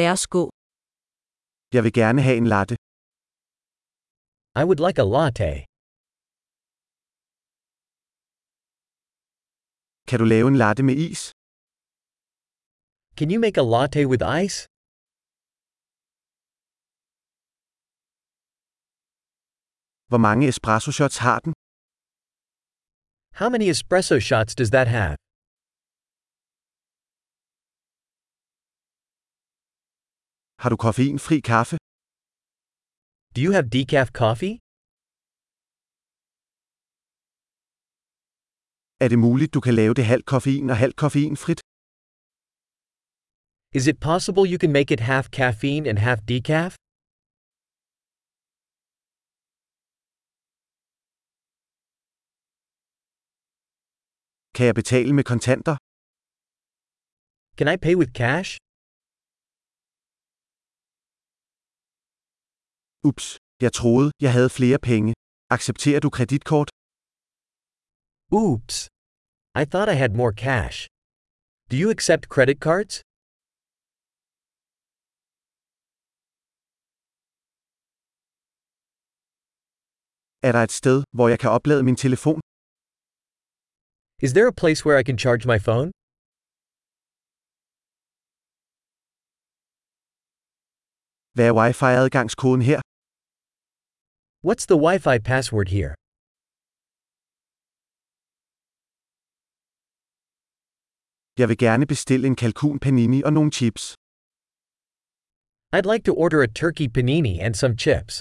Lad os gå. Jeg vil gerne have en latte. I would like a latte. Kan du lave en latte med is? Can you make a latte with ice? Hvor mange espresso shots har den? How many espresso shots does that have? Har du koffeinfri kaffe? Do you have decaf coffee? Er det muligt, du kan lave det halv koffein og halv koffeinfrit? Is it possible you can make it half caffeine and half decaf? Kan jeg betale med kontanter? Can I pay with cash? Ups, jeg troede, jeg havde flere penge. Accepterer du kreditkort? Oops. I thought I had more cash. Do you accept credit cards? Er der et sted, hvor jeg kan oplade min telefon? Is there a place where I can charge my phone? Hvad er wifi-adgangskoden her? What's the Wi Fi password here? Jeg vil gerne bestille en kalkun panini og nogle chips. I'd like to order a turkey panini and some chips.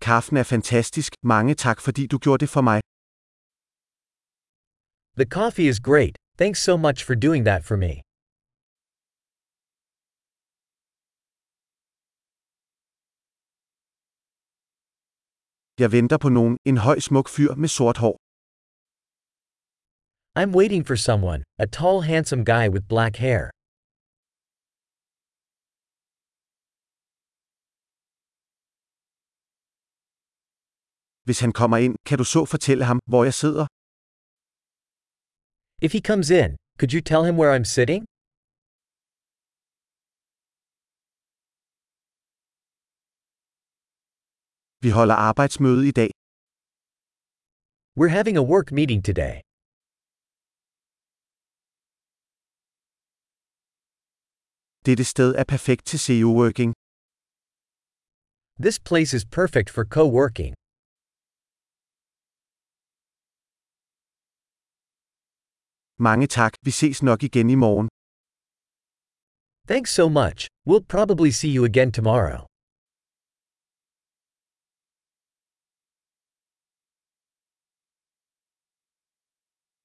Kaffen er fantastisk. Mange tak, fordi du gjorde det for mig. The coffee is great, thanks so much for doing that for me. Jeg venter på nogen, en høj smuk fyr med sort hår. I'm waiting for someone, a tall, handsome guy with black hair. Hvis han kommer ind, kan du så fortælle ham, hvor jeg sidder? If he comes in, could you tell him where I'm sitting? Vi holder arbejdsmøde i dag. We're having a work meeting today. Dette sted er perfekt til SEO-working. This place is perfect for co working. Mange tak, vi ses nok igen i morgen. Thanks so much, we'll probably see you again tomorrow.